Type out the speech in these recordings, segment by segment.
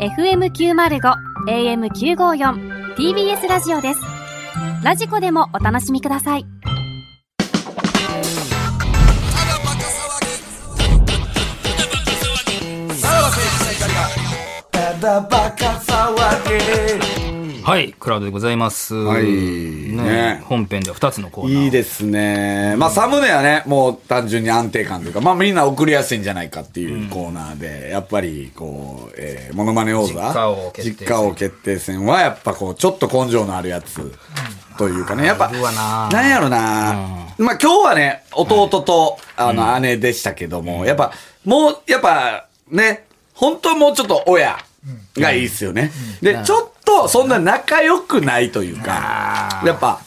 FM905 AM954 TBS ラジオですラジコでもお楽しみくださいはい、クラウドでございます。はいねね本編では2つのコーナー。いいですね。まあ、サムネはね、もう単純に安定感というか、まあ、みんな送りやすいんじゃないかっていうコーナーで、やっぱり、こう、えー、モノマネ王座。実家王決定戦実家王決定戦は、やっぱこう、ちょっと根性のあるやつ。というかね、やっぱ、いるわななんやろな、まあ、今日はね、弟と、あの、姉でしたけども、やっぱ、もう、やっぱ、ね、本当はもうちょっと親がいいですよね。で、ちょっと、そんな仲良くないというかあ、ーやっぱ、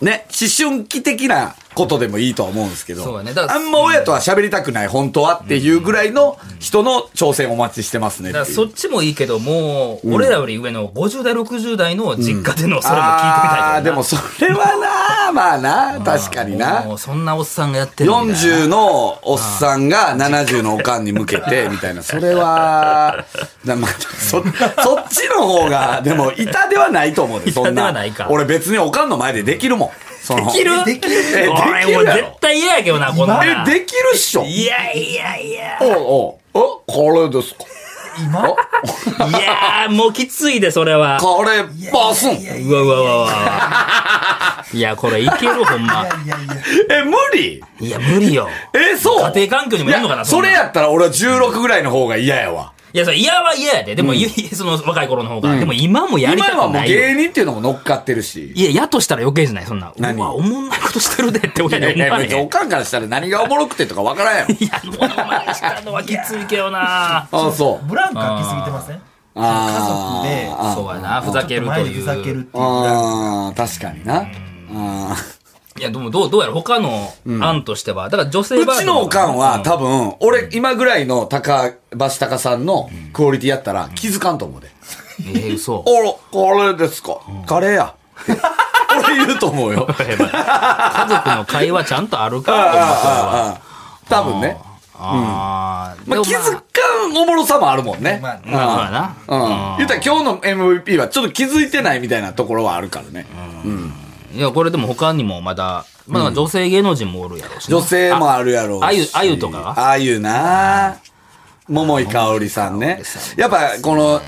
ね、思春期的なことでもいいとは思うんですけそうど、だねだかあらんま親とは喋りたくない、本当はっていうぐらいの人の挑戦お待ちしてますねっだてからいうそ。っちもいいけど、もう、俺らより上の50代、60代の実家でのそれも聞いてみたいけどなああー、でもそれはな、まあな、確かにな。もうそんなおっさんがやってるみたいな。 40のおっさんが70のおかんに向けて、みたいな。それは、なまあ、そ、そっちの方が、でも、板ではないと思うで、そん 板でなはないか。俺別におかんの前でできるもん。そのできるえ、できる俺もう絶対嫌やけどな、こんなやろ。え、できるっしょ。いやいやいや。おうおうえ、これですか今いやー、もうきついで、それは。これ、バスンうわうわうわうわ。いや、これいける、ほんま。え、無理いや、無理よ。え、そう家庭環境にもよるのかなやいそんそなれやったら俺は16ぐらいの方が嫌やわ。いや、それ嫌は嫌やで。でも、いやその若い頃の方が。でも今もやりた今はくもうないよ。芸人っていうのも乗っかってるし。いや、やとしたら余計じゃない、そんな。何うわ、おもんないことしてるでって俺いやいにや思わね別におえ。かんからしたら何がおもろくてとかわからんやろ。いや、ものまねしたのはきついけどな。ああ、そう。ブランク開きすぎてませんあー家族であーそうやな、ふざけると前でいふざけるう。っていうあー確かにな。あーいや、でもどう、どうやろ他の案としては。だから女性うバージョンちのおかんはた多分、俺今ぐらいの高、橋高さんのクオリティやったら気づかんと思うで。えー、嘘。おら、これですか。カレーや。俺言うと思うよ。やばい家族の会話ちゃんとあるかあーと思っては。あーあー多分ね。あー、まであ、も気づかんおもろさもあるもんね。まあうんまあそうやな。うん。言ったら今日の MVP はちょっと気づいてないみたいなところはあるからね。いや、これでも他にもまだ、まだ女性芸能人もおるやろうしな。女性もあるやろうし。ああゆあゆとかがあゆな桃井かおりさんね。やっぱこの、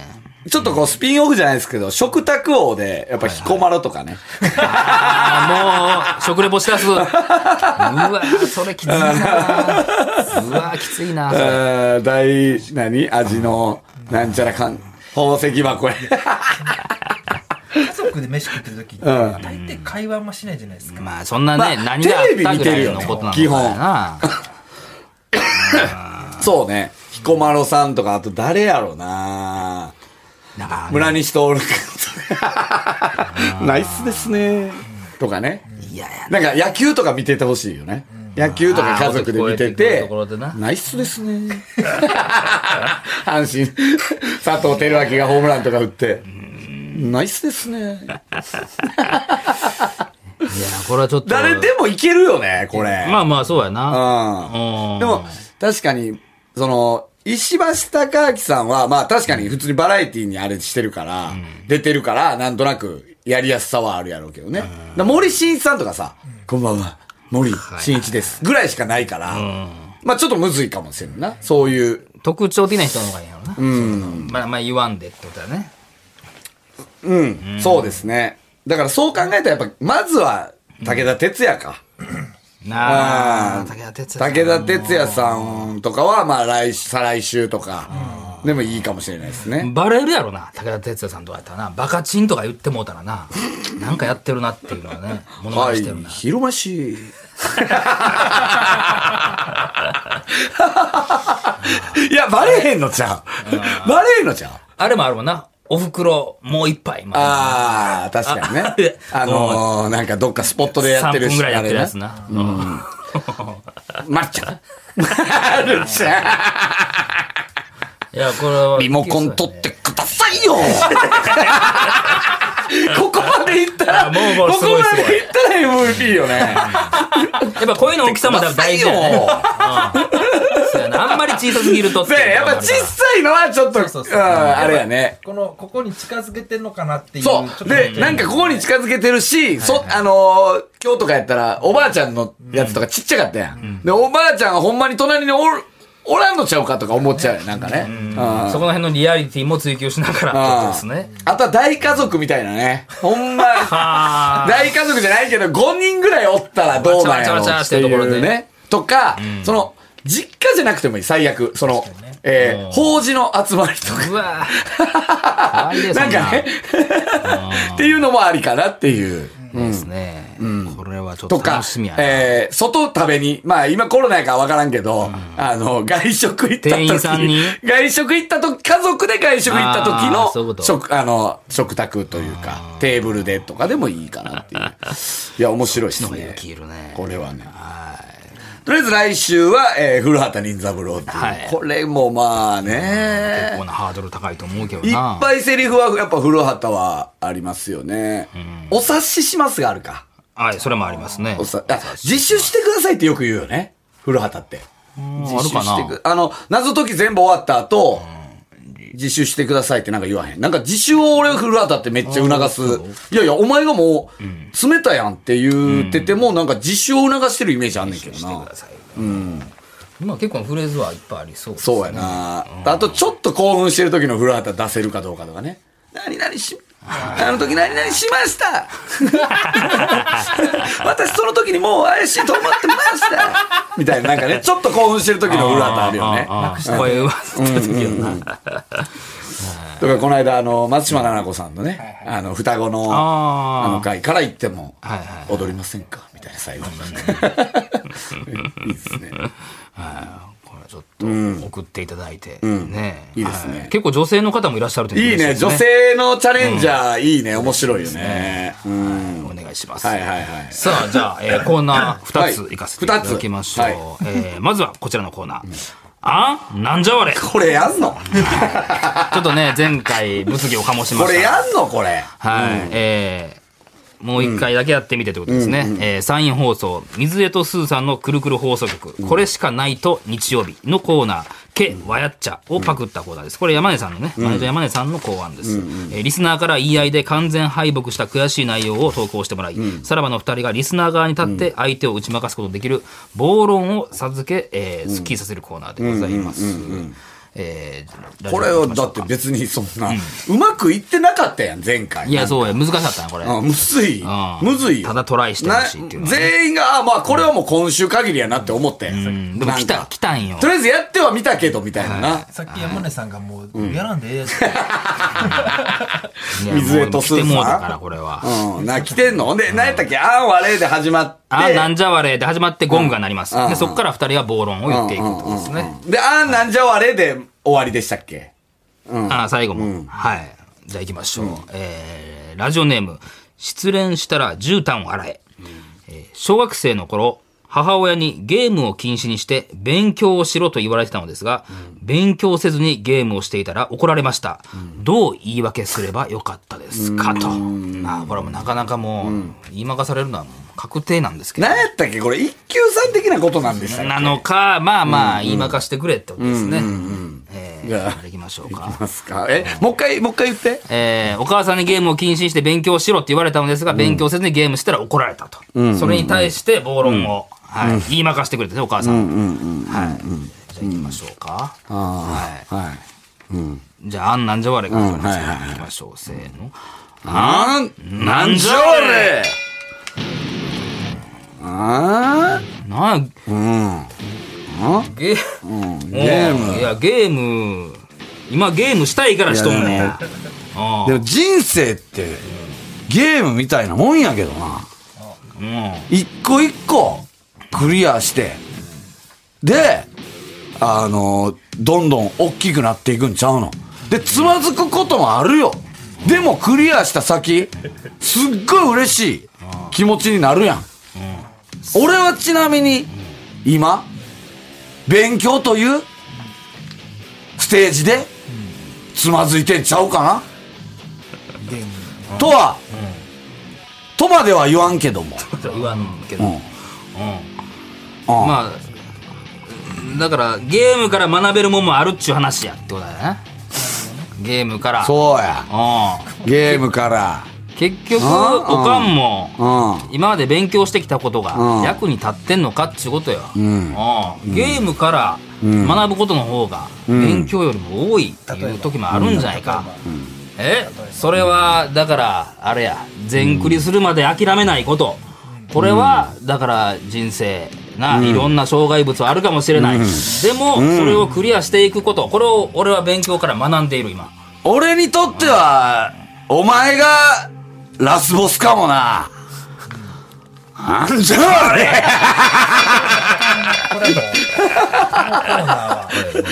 ちょっとこうスピンオフじゃないですけど、食卓王で、やっぱ彦摩呂とかね。 あーもう、食レポしだす。うわ、それきついな。うわ、きついな。それあー大、何味の、なんちゃらかん、宝石 箱へ。家族で飯食ってる時大抵会話あんましないじゃないですかまあ、そんなね、まあ何があったぐらいのことなのかテレビ見てるよねな。そうね。彦摩呂さんとか、あと誰やろうななんか、村西徹君。 ナイスですね。とかね。いやいや、なんか野球とか見ててほしいよね。野球とか家族で見てあー音聞こえてくるとてころでな、ナイスですね。阪神、 佐藤輝明がホームランとか打って、ナイスですね。いや、これはちょっと。誰でもいけるよね、これ。まあまあ、そうやな。う。うんんでも、確かに、その、石橋貴明さんは、まあ確かに普通にバラエティにあれしてるから、出てるから、なんとなくやりやすさはあるやろうけどね。だから森進一さんとかさ、こんばんは、森進一です。ぐらいしかないから、まあちょっとむずいかもしれんな。そういう、特徴的な人の方がいいんやろな。うん。まあまあ、言わんでってことだね。うん、そうですね。だからそう考えたらやっぱ、まずは武田鉄矢か。なうあ、ん武田鉄矢さん。武田鉄矢さんとかは、まあ来週、再来週とか、でもいいかもしれないですね。バレるやろな、武田鉄矢さんとかやったらな、バカチンとか言ってもうたらな、なんかやってるなっていうのはね、物語してるな。広まし。 いや、バレへんのちゃう。バレへんのちゃう。あれもあるもんな、お袋もう一杯。まあああ、確かにあね。ああのー、なんかどっかスポットでやってる3分ぐらいやあってれるやねつ。な。うんまっち ゃん。まるちゃいや、これは。 ん。リモコン取ってくださいよここまでいったら、あもうもうこすこごいすごいまでいったら MVP よ ね。やっぱ声の大きさも多分大事 だよね。そうやなあんまり小さすぎるとってねいうのやっもあぱるから。小さいのはちょっと、そうそううそんうあれやね。この、ここに近づけてんのかなっていう。そちょっとう。で、なんかここに近づけてるし、そ、あのー、今日とかやったら、おばあちゃんのやつとかちっちゃかったやん。で、おばあちゃんはほんまに隣におる、おらんのちゃうかとか思っちゃうよなんかね。うんそこら辺のリアリティも追求しながらってことですね。あとは大家族みたいなね。ほんま、あー大家族じゃないけど、5人ぐらいおったらどうなんやろわちゃわちゃわちゃうしてるところでっていうね。とか、その、実家じゃなくてもいい、最悪。その、えー法事の集まりとか。うわ可愛いですなんかね。 っていうのもありかなっていう。いいですね。これはちょっととか楽しみや、な。えー、外食べに、まあ今コロナやからわからんけど、あの、 外食行った時店員さんに外食行った時、家族で外食行った時あーそういの、うこと食、あの、食卓というか、テーブルでとかでもいいかなっていう。 いや、面白いですのがね勇。気いるね。これはね。とりあえず来週は、えー、古畑任三郎っていう。はいこれもまあね。こんなハードル高いと思うけどいっな。ぱいセリフはやっぱ古畑はありますよね。お察ししますがあるか。はい、それもありますねお。さあ自首してくださいってよく言うよね。古畑って。自あるかなしてくあの、謎解き全部終わった後、自首してくださいってなんか言わへん。なんか自首を俺古畑ってめっちゃ促す。いやいや、お前がもう、詰めたやんって言ってても、なんか自首を促してるイメージあんねんけどしてなく。ださい。今結構フレーズはいっぱいありそうですね。そうやな、あとちょっと興奮してる時の古畑出せるかどうかとかね。何々し、あの時何々しました 私その時にもう怪しいと思ってましたみたいな、なんか ね、ちょっと興奮してる時の古畑あるよね。あー。声はずっと出てるな。とか、この間、あの、松島奈々子さんのね、あの、双子の、 あーあの回から行ってもはいは、踊りませんかみたいな最後。 いいですね。これちょっと送っていただいて。ねいいですねは結構女性の方もいらっしゃるといいね、嬉しで女すね。性のチャレンジャー、いいね、面白いよね。うんお願いします。はいはいはい。さあ、じゃあ、えーコーナー2つはいいかせていただきましょう。二えーまずはこちらのコーナー。あんなんじゃわれ。ちこれやんのょっとね、前回物議を醸しまこした。れやんのこれ。はい。えーもう一回だけやってみてということですね。えーサイン放送、水江とスーさんのくるくる放送局、これしかないと日曜日のコーナー、け、わやっちゃをパクったコーナーです。これ山根さんのね、マネージャー山根さんの考案です。えーリスナーから言い合いで完全敗北した悔しい内容を投稿してもらい、さらばの二人がリスナー側に立って相手を打ち負かすことができる、暴論を授け、えー、スッキリさせるコーナーでございます。えーこれを、だって、別にそんな、うまくいってなかったやん、前回。いや、そうや、難しかったな、これ。あむずい。うんむずいよ。ただトライしてほしいっていうのはねな全員が、あまあこれはもう今週限りやなって思って。でもな来ん、たか来たんよと。りあえずやっては見たけど、みたいなな。さっき山根さんがもう、やらんでええやつって。水江とスーさんいやもう来てもうたから、これは。うん。な、来てんのほんで、何やったっけあんわれで始まって。あーなんじゃわれで始まってゴンが鳴りますうん。で、そこから二人は暴論を言っていくってことですうんね。うんうんで、あんなんじゃわれで終わりでしたっけあー最後も。はい。じゃあ行きましょう。えーラジオネーム、失恋したら絨毯を洗え。えー小学生の頃、母親にゲームを禁止にして勉強をしろと言われてたのですが、勉強せずにゲームをしていたら怒られました。どう言い訳すればよかったですかと。まあ、これはもうなかなかもう、言い負かされるのはもう確定なんですけど。何やったっけこれ、一級さん的なことなんでしたっけなのか、まあまあ、言い負かしてくれってことですね。えじゃあー、行きましょうか。ますかえ、もう一回、もう一回言って。えーお母さんにゲームを禁止して勉強しろって言われたのですが、勉強せずにゲームしたら怒られたと。それに対して暴論を、はい言いまかしてくれてね、お母さん。はい。じゃあ行きましょうか。ははい。い。じゃあ、あんなんじゃわれからうんはいはいはい行きましょう。せーの。あん、なんじゃあれあなあ、ーうん。ゲうん。ゲーム。いや、ゲーム、今ゲームしたいからしとんいねん。やうんででも人生って、ゲームみたいなもんやけどな。うん。一個一個、クリアして、で、あの、どんどん大きくなっていくんちゃうの。で、つまずくこともあるよ。でも、クリアした先、すっごい嬉しい気持ちになるやん。俺はちなみに、今、勉強という、ステージで、つまずいてんちゃうかなゲームとは、とまでは言わんけども。とは言わんけうど、ん。うんまあ、まあだからゲームから学べるもんもあるっちゅう話やってことだよねゲームからそうや。うゲームから。ん結局あおかんもう今まで勉強してきたことうんが役に立ってんのかっちゅうことよ、んうんゲームから学ぶことの方が勉強よりも多いっていう時もあるんじゃないか、えそれはだからあれや全クリするまで諦めないことこれはだから人生ないろんな障害物はあるかもしれない、でもそれをクリアしていくことこれを俺は勉強から学んでいる今俺にとっては、お前が、ラスボスかもな。なんじゃあれこれもう、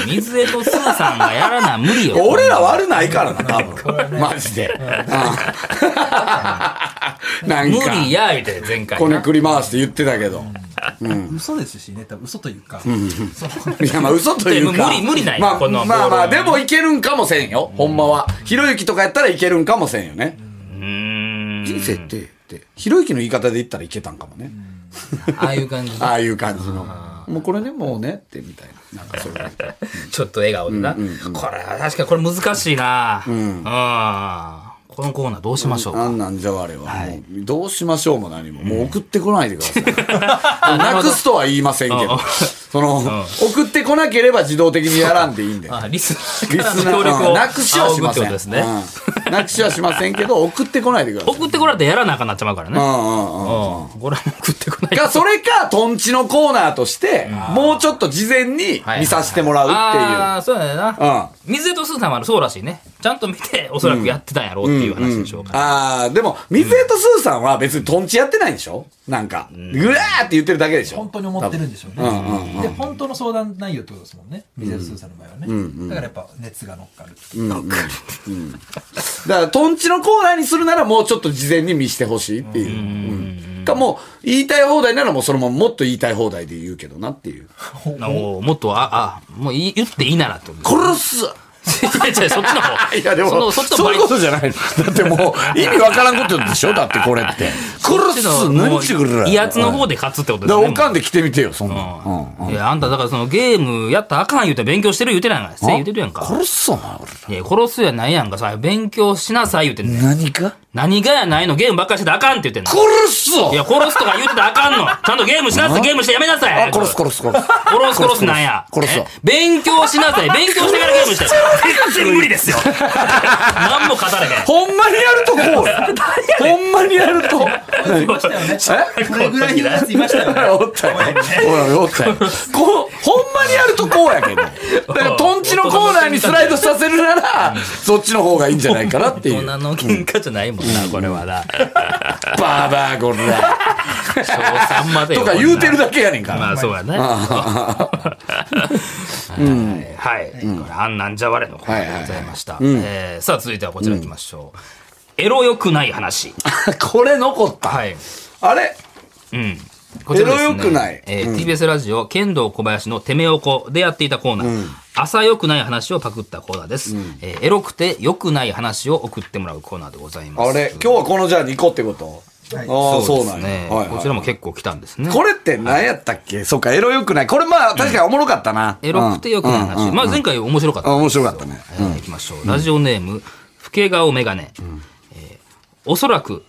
水江とスーさんがやらな無理よ 俺ら悪ないからな、多 分。マジで。うんなん無か、理や言うて前回こねなくり回して言ってたけど。嘘ですしね、多分嘘というか、そのいや、まあ嘘というか。無理無理ないまあ、このまあまあ、ボールでもいけるんかもせんよ。ほんまは。ひろゆきとかやったらいけるんかもせんよね。うーん人生って、って、ひろゆきの言い方で言ったらいけたんかもね。ああいう感じああいう感じの。もうこれでもうねって、みたいな。なんかそういう。ちょっと笑顔でな、これは確かにこれ難しいなうん、このコーナーどうしましょうか、なんなんじゃ我は。もうどうしましょうも何も。もう送ってこないでくださ い。なくすとは言いませんけうんうどん。その、送ってこなければ自動的にやらんでいいんで。あリスリナーからスのナ協力ー、うをんなくしはし仰ぐまっせてこん。とですね、うんなくしはしませんけど、送ってこないでください。送ってこられてやらなあかんなっちゃうからね、ううんんうんうん。ご覧送ってこないか、それか、トンチのコーナーとして、もうちょっと事前に見させてもらうあっあそうやねんな、ていう。うん。水江とスーさんはそうらしいねちゃんと見ておそらくやってたんやろうっていう話でしょうから、ああ、でも、水江とスーさんは別にトンチやってないんでしょなんか、ぐわーって言ってるだけでしょ本当に思ってるんでしょうね、で本当の相談内容ってことですもんね水谷スーさんの場合はね、だからやっぱ熱が乗っかる、だから、トンチのコーナーにするならもうちょっと事前に見してほしいっていう。うんか、もう、言いたい放題ならもうそのままもっと言いたい放題で言うけどなっていう。おもっとああもうい言っていいならってこと殺すぞいやいやそっちの 方いやでもそのそっちのそういうことじゃないだってもう意味わからんことでしょだってこれって殺す何ちゅうことだよ威圧の方で勝つってこだとでかすらねおかんで来てみてよそんなうんんうんいや、あんた、だからそのゲームやったらあかん言うて勉強してる言うてないやんか。せい言うてるやんか。殺すぞお前俺いや、殺すやないやんか。さ、勉強しなさい言うてんねん。何か何がやないのゲームばっかりしてたらあかんって言ってんの。殺すぞいや、殺すとか言うてたらあかんの。ちゃんとゲームしなさい、ゲームしてやめなさあい。殺す殺す 殺す殺す殺すなんや。殺すわえ勉強しなさい。勉強してからゲー ムして。全然無理ですよ。 何も語れへん。 ほんまにやるとこ うよほんまにやると何そうだよねえこれぐらいのやついました よねおったよ。おいおったよ。こう、ほんまにやるとこうや けど。だから、トンチのコーナーにスライドさせるなら、そっちの方がいいんじゃないかなってい大人 う。の喧嘩じゃないもんな、これはな。バーバーゴル ラ。小3までよとか言うてるこんなだけやねんから。まあ、そうやね。はい、これ、あんなんじゃわれのコーナーでございました。えーさあ、続いてはこちら行きましょう。エロ良くない話。これ残った。はい。あれうん。こちらですねエロ良くないえー TBS ラジオ、剣道小林のてめおこでやっていたコーナー、朝良くない話をパクったコーナーです。えーエロくて良くない話を送ってもらうコーナーでございます。あれ今日はこのじゃあ2個ってことああ、そうなんやね。はいはいこちらも結構来たんですね。これって何やったっけそっか、エロ良くない。これまあ、確かにおもろかったな。エロくて良くないう話。んうんうんまあ前回面白かったあ面白かったねえー行きましょう。ラジオネーム、老け顔メガネ。えーおそらく、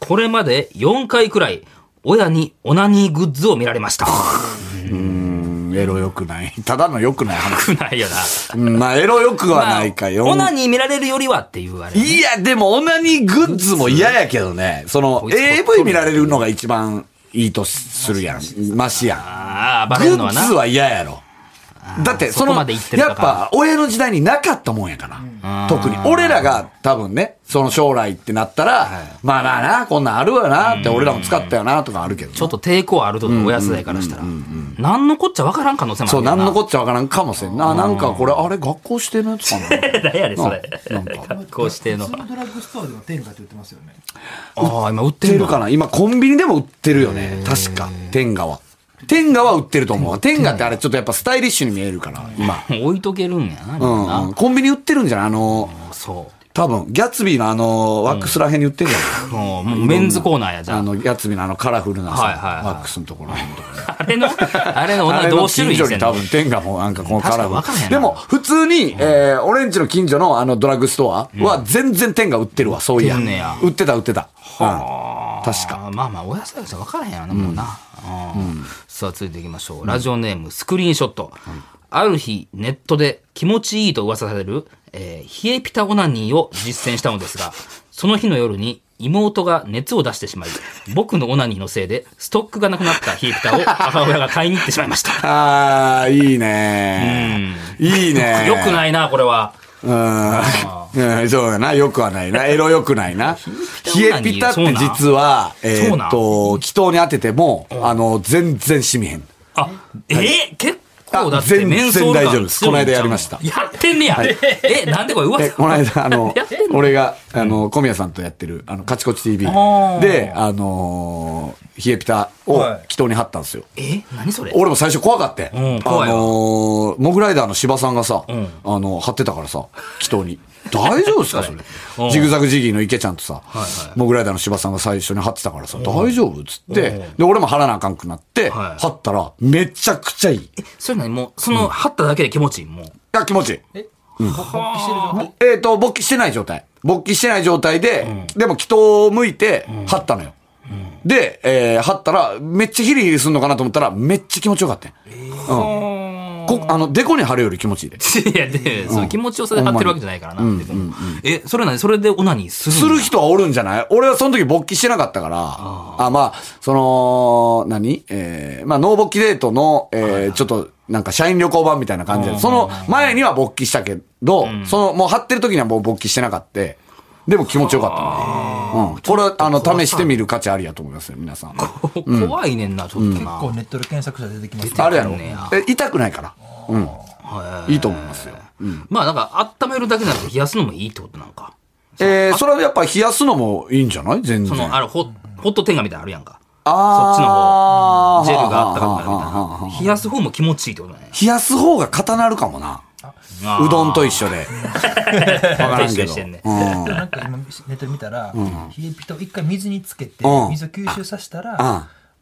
これまで4回くらい、親にオナニーグッズを見られました。うんエロ良くない。ただの良くない話。くないよな。うんまあ、エロ良くはまあないかよ。オナニー見られるよりはっていうあれね。いや、でも、オナニーグッズも嫌やけどね。そのこ、いつほっとる AV 見られるのが一番いいとするやん。マシやああ、ん。バグレるのはなッズ。は嫌やろ。だって、そそこの、まで行ってるやかっぱ、親の時代になかったもんやから。特に。俺らが多分ね、その将来ってなったら、まあまあな、こんなんあるわなって、俺らも使ったよな、とかあるけど。ちょっと抵抗あると思う、親世代からしたら。何のこっちゃわからん可能性もあそう、るよなんな。のこっちゃわからんかもしれんな。なんかこれ、あれ、学校してるやつかな。 何やねんそれ なんか。格好しての普。通のドラッグストアでも天下って言ってますよねああ、今売っ売っててるるのかな今コンビニでも売ってるよね。確か。天下は。天下は売ってると思う。天下ってあれちょっとやっぱスタイリッシュに見えるから、今。置いとけるんやな。みんなうんうん。コンビニ売ってるんじゃないあの、そう。多分、ギャツビーのあの、ワックスらへんに売ってんじゃん。もうもうメンズコーナーやじゃあん。の、ギャツビーのあのカラフルなさ、はいはいはいワックスのところのところ。あれの、あれのあ女れ同の種類近に所してにん多分、天がのもうなんかこのカラ確かに分からへんフなル。でも、普通に、えー、俺んちの近所のあのドラッグストアは全然天が売ってるわ、そういや売ってんねや。売ってた売ってた。はあうん確か。まあまあ、お野菜じゃ分からへんやろな、もうな。うんさあ、続いていきましょう。ラジオネーム、スクリーンショット。ある日、ネットで気持ちいいと噂される、えー冷えピタオナニーを実践したので すが、その日の夜に妹が熱を出してしまい、僕のオナニーのせいで、ストックがなくなった冷えピタを母親が買いに行ってしまい ました。あー、いいねいいねよくないな、これは。うんうん、そうやな、よくはないな、エロよくない な。冷えピタっそうてなん実は、えそーうなんっと、気筒に当てても、あの、全然しみへん。あ、えー結構だっあて、全メンソー全然ル感大丈夫ですこの間やりましたやってんねや。え、なんでこれえ、噂この間、あ の、俺が、あの、小宮さんとやってる、あの、カチコチ TV ーで、あのー、冷えピタをはい気筒に貼ったんですよ。え何それ俺も最初怖かって。あんの怖いわー、モグライダーの芝さんがさ、あの、貼ってたからさ、祈祷に。大丈夫ですかそれうん。ジグザグジギーの池ちゃんとさ、モグライダーの芝さんが最初に貼ってたからさ、大丈夫っつって、で、俺も貼らなあかんくなって、はい貼ったら、めちゃくちゃいい。それ何もう、その、貼っただけで気持ちいい、もう。あ、気持ちいい。え発揮してる状態えっ、と、勃起してない状態。勃起してない状態で、でも、祈祷を向いて、貼ったのよ。で、えー貼ったら、めっちゃヒリヒリするのかなと思ったら、めっちゃ気持ちよかったよ、うん。こあの、デコに貼るより気持ちいいで。いや、で、その気持ちよさで貼ってるわけじゃないからな。でもえ、それ何それでオナニーするすのる人はおるんじゃない俺はその時勃起してなかったから、あまあ、その、何えーまあ、ノー勃起デートの、えーちょっと、なんか社員旅行版みたいな感じで、その前には勃起したけど、その、もう張ってる時にはもう勃起してなかった。でも気持ちよかったね。うん。これは、あの、試してみる価値ありやと思いますよ、皆さん。 怖いねんな、ちょっと結構な。ネットで検索したら出てきますあるやろねやえ痛くないから。うん。いいと思いますよ。まあ、なんか、温めるだけじゃなくて冷やすのもいいってことなんか。えーそれはやっぱ冷やすのもいいんじゃない全然。その、あれ、ホホットテンガみたいなのあるやんか。あーそっちの方。ジェルがあったかくはあはあはなるみたいな。冷やす方も気持ちいいってことだね。冷やす方が固なるかもな。うどんと一緒 で。わからんけ一緒ど。にしてんねうん。なんか今ネットで見たら、冷えピタを一回水につけて、うん水を吸収させたんら、も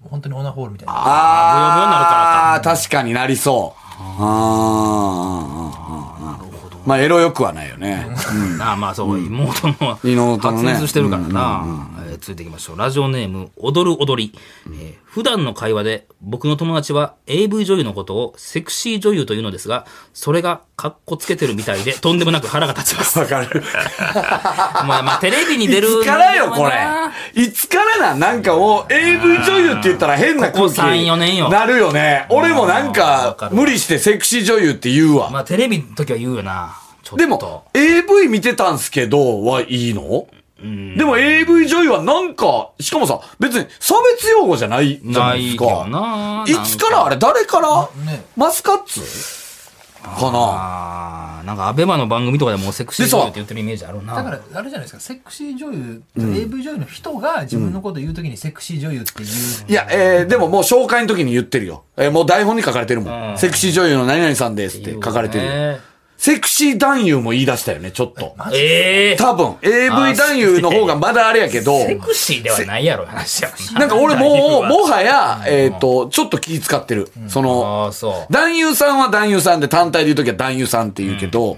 う本当にオナホールみたいな。あああ、確かになりそう。ああ、まあ、エロよくはないよね。ああまあそう、妹の妹のね発熱してるからな、えー続いていきましょうラジオネーム踊る踊り、えー普段の会話で僕の友達は AV 女優のことをセクシー女優というのですがそれがカッコつけてるみたいでとんでもなく腹が 立ちますわかる。まあまあテレビにい出るつからよ、のこはなれ。いつからなんなんかもう、AV 女優って言ったら変な空ここ3 4年よ気なるよね。俺もなんわかか、る無理してセクシー女優って言うまわ。あテレビの時は言うよなちょっとでも、AV 見てたんすけど、はいいのでも AV 女優はなんか、しかもさ、別に差別用語じゃないじゃなないでいすけどか。ないつからあれ誰からねマスカッツかなあーなんかアベマの番組とかでもうセクシー女優って言ってるイメージあるなだから、あれじゃないですか、セクシー女優、AV 女優の人が自分のこと言うときにセクシー女優って言う。いや、えー、でももう紹介の時に言ってるよ。えーもう台本に書かれてるもん。セクシー女優の何々さんですって書かれてるよ。言うねセクシー男優も言い出したよね、ちょっと。ええ多分、AV 男優の方がまだあれやけど、セクシーではないやろ、話や なんか俺もう、もう、はや、えっ、と、ちょっと気使ってる。そあの、あ、そう。男優さんは男優さんで単体で言うときは男優さんって言うけど、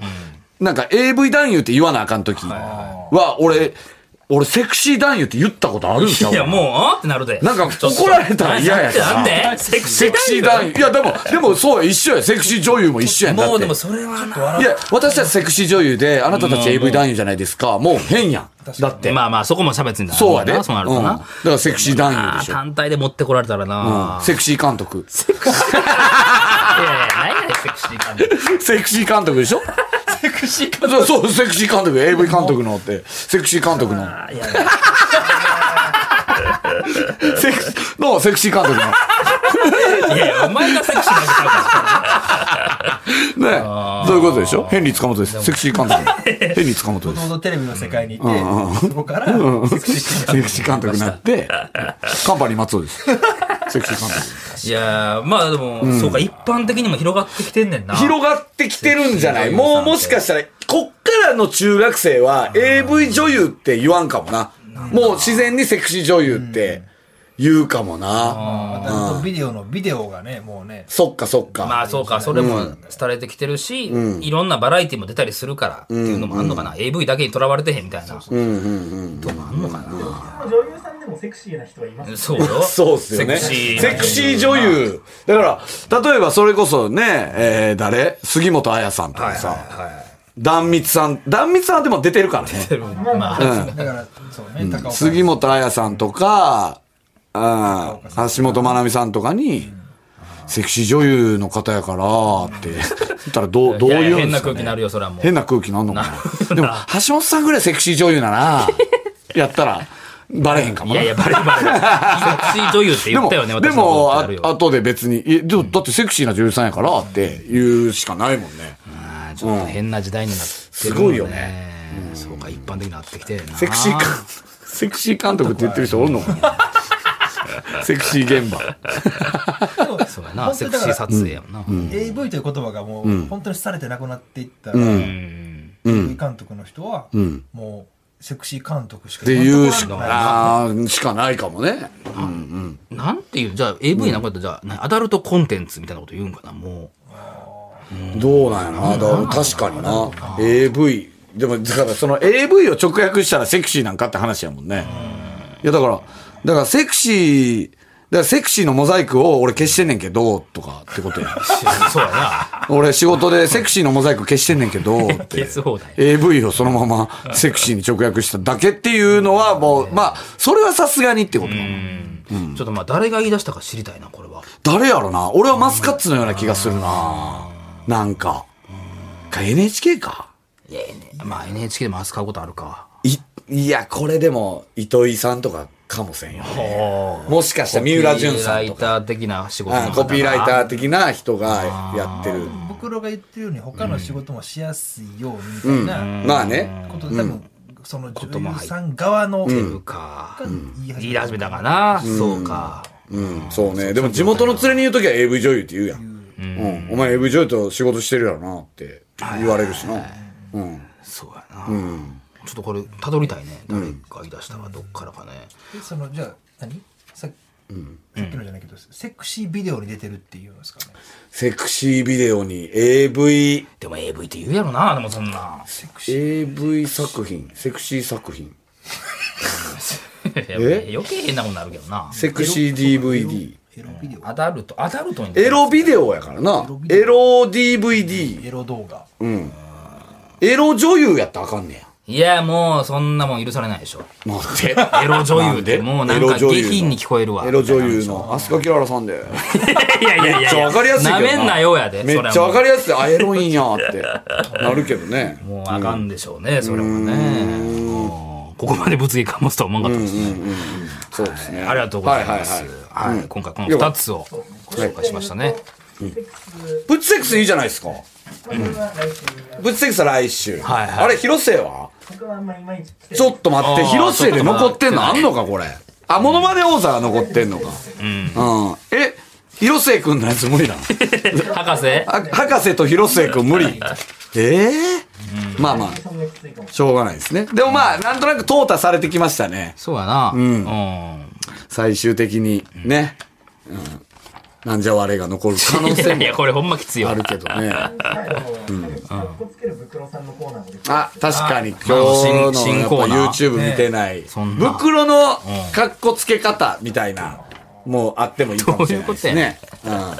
なんか AV 男優って言わなあかんときは、俺、俺セクシー男優って言ったことあるんちゃういや、もう、あーってなるで。なんかちょっと怒られたら嫌やしななんでなんでセクシーセクシー男優。いや、でも、でもそうや、一緒や。セクシー女優も一緒やんだって。もうでもそれはな。いや、私たちセクシー女優で、あなたたち AV 男優じゃないですか。もう変やん。だって。まあまあ、そこも差別になるそうやで。なそうなるとうんな。だからセクシー男優あでーしょ。単体で持ってこられたらな。セクシー監督。いやいや、何やねんセクシー感 セクシー監督でしょセクシー感そうそう、セクシー監督、AV 監督のって、セクシー監督の。いやいや、セクシー、のセクシー監督いやいやお前がセクシーなことだかの。ねそういうことでしょヘンリー塚本です。セクシー監督。ヘンリー塚本もでとす も。とテレビの世界にいて、そこからセクシーセクシー監督になって、カンパニー松尾です。セクシーサンいやーまあでも、そうか、一般的にも広がってきてんねんな。タ広がってきてるんじゃないもうもしかしたら、こっからの中学生は AV 女優って言わんかもな。もう自然にセクシー女優って言うかもな。アダルトビデオのビデオがね、もうね、そっかそっか。まあそうか、それも廃れてきてるし、いろんなバラエティも出たりするからっていうのもあんのかな。AV だけにとらわれてへんみたいな。そう女優さんでもセクシーな人はいますよ。 そうっすよね。セクシー。セクシー女。優。だから、例えばそれこそね、えー誰杉本彩さんとかさ、壇蜜さん、壇蜜さんはでも出てるから ね。まあ、だから、そうね、高岡さん杉本彩さんとか、あー橋本まなみさんとかに、セクシー女優の方やからって、言ったらどう、どういやいいやうん変でなすか空気にねなるよ、それはもう。変な空気なんのかな。でも、橋本さんぐらいセクシー女優なら、やったら、バレへんかもいなやい。や、バレバレ。セクシー女優ってで言っも、たよね、 で私のことも、ああるよ。後で別に、え、でもだってセクシーな女優さんやからって言うしかないもんね。あーちょっと変な時代になってるすごいよね。そうか、一般的になってきてるな。セクシー監、セクシー監督って言ってる人おるのか なセクシー現場。そうやな、セクシー撮影やもんな。 AV という言葉がもう、本当に廃れてなくなっていったら、AV 監督の人は、もう、セクシー監督しかって言うしか今のところないあーしかないかもね。なんていう、じゃあ AV なんかやったら、じゃあな、アダルトコンテンツみたいなこと言うんかな、もどうなんやな。だから確かにな。AV。でも、だからその AV を直訳したらセクシーなんかって話やもんね。いや、だから、だからセクシー、だからセクシーのモザイクを俺消してんねんけど、とかってことや。 う。そうやな。俺仕事でセクシーのモザイク消してんねんけど、って消。す放題。 AV をそのままセクシーに直訳しただけっていうのはもう、まあ、それはさすがにってことかなちょっとまあ、誰が言い出したか知りたいな、これは。誰やろな俺はマスカッツのような気がするななんか。か NHK かいや、まあ NHK でも扱うことあるか。い、いや、これでも、糸井さんとかかもせんよ、ね。もしかしたら三浦淳さんとコピーか。ライター的な仕事のあ方コピーライターー。的な人がやってる。僕らが言ってるように他の仕事もしやすいようにみたいなまあね。ことで多分その女優さん側のっていうか。言言いい始始めめたたかな。そうか。うん、そうね。でも地元の連れに言うときは AV 女優って言うやん。うん。お前 AV 女優と仕事してるやろなって言われるしな。うん。そうやな。ちょっとこれ、たどりたいね。誰が言い出したか、どっからかね。そのじゃあ何さ,、さっきのじゃないけどセクシービデオに出てるっていうんですかねセクシービデオに AV、でも AV って言うやろな、でもそんな。セクシ AV 作品、セクシー作品。え 余計変なことになるけどな。セクシー DVD。ーエロビデオアダルト、アダルトに。エロビデオやからな。エロ DVD。エロ動画エロ女優やったらあかんねや。いや、もう、そんなもん許されない でしょ。待って。エロ女優って、もうなんかエロ女優下の品に聞こえるわ。エロ女優の飛鳥キララさんで。いやいやいやいや。めっちゃわかりやすいけどなめんなよやで。めっちゃわかりやすい。あ、エロいんやって。なるけどね。もうあかんでしょうね、それもね。もうここまで物議かもすとは思わんかったですね。そうですね。ありがとうございますは。ははい、今回この2つをご紹介しましたね。いプチセックスいいじゃないですか。プチセックスは来週。はいはいあれ、広末は僕はあんまり毎日ちょっと待って、あー広末で残ってんのちょっあと待ってんのか、これ。あ、モノマネ王座が残ってんのか。うん。え、広末くんのやつ無理なの博士あ博士と広末くん無 理。ええまあまあ、そんなきついかもしょうがないですね。でもまあ、なんとなく淘汰されてきましたね。そうやな。うん。最終的にね、うん、なんじゃ我が残る可能い性 やいもや、これほんまきついあよる。けど最ね。後なんかかっこつけるブクロさんのコーナーもできあ、確かに今日まあ新のや新っコーぱナー YouTube 見てない。そんな袋の格好つけ方みたいな、もうあってもいいかもしれないですね。うん。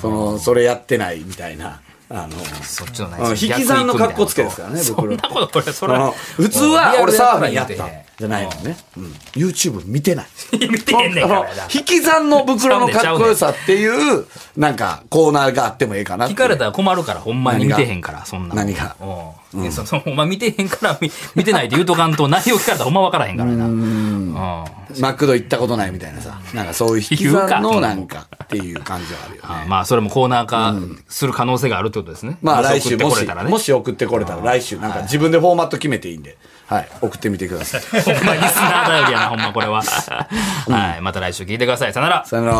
その、それやってないみたいな。あの、そっちのないうん引き算の格好つけですからね、そ袋んなこと、これ、そそれの。普通は俺サーフィンやったリアルなやつら言うじゃてへんないのね、うん、YouTube 見てない見てへんねんかあらなの引き算の袋のかっこよさっていうなんかコーナーがあってもええかなって聞かれたら困るから、ほんまに見てへんから、そんな。何がうんねそのお前見てへんから見 見てないって言うとかんと内容聞かれたらほんま分からへんからな。うんマクド行ったことないみたいなさ、なんかそういう引き算のなんかっていう感じはあるよね。あまあそれもコーナー化する可能性があるってことですね。 まあ来し送週ってもこれし、たらね。もし送ってこれたら来週なんか自分でフォーマット決めていいんで、はい、送ってみてくだ さい。ほん まリスナー頼りやな、ほんまこれは。はい、また来週聞いてください。さよなら。さよなら。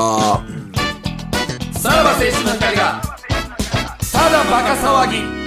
さらば青春の光が、ただバカ騒ぎ。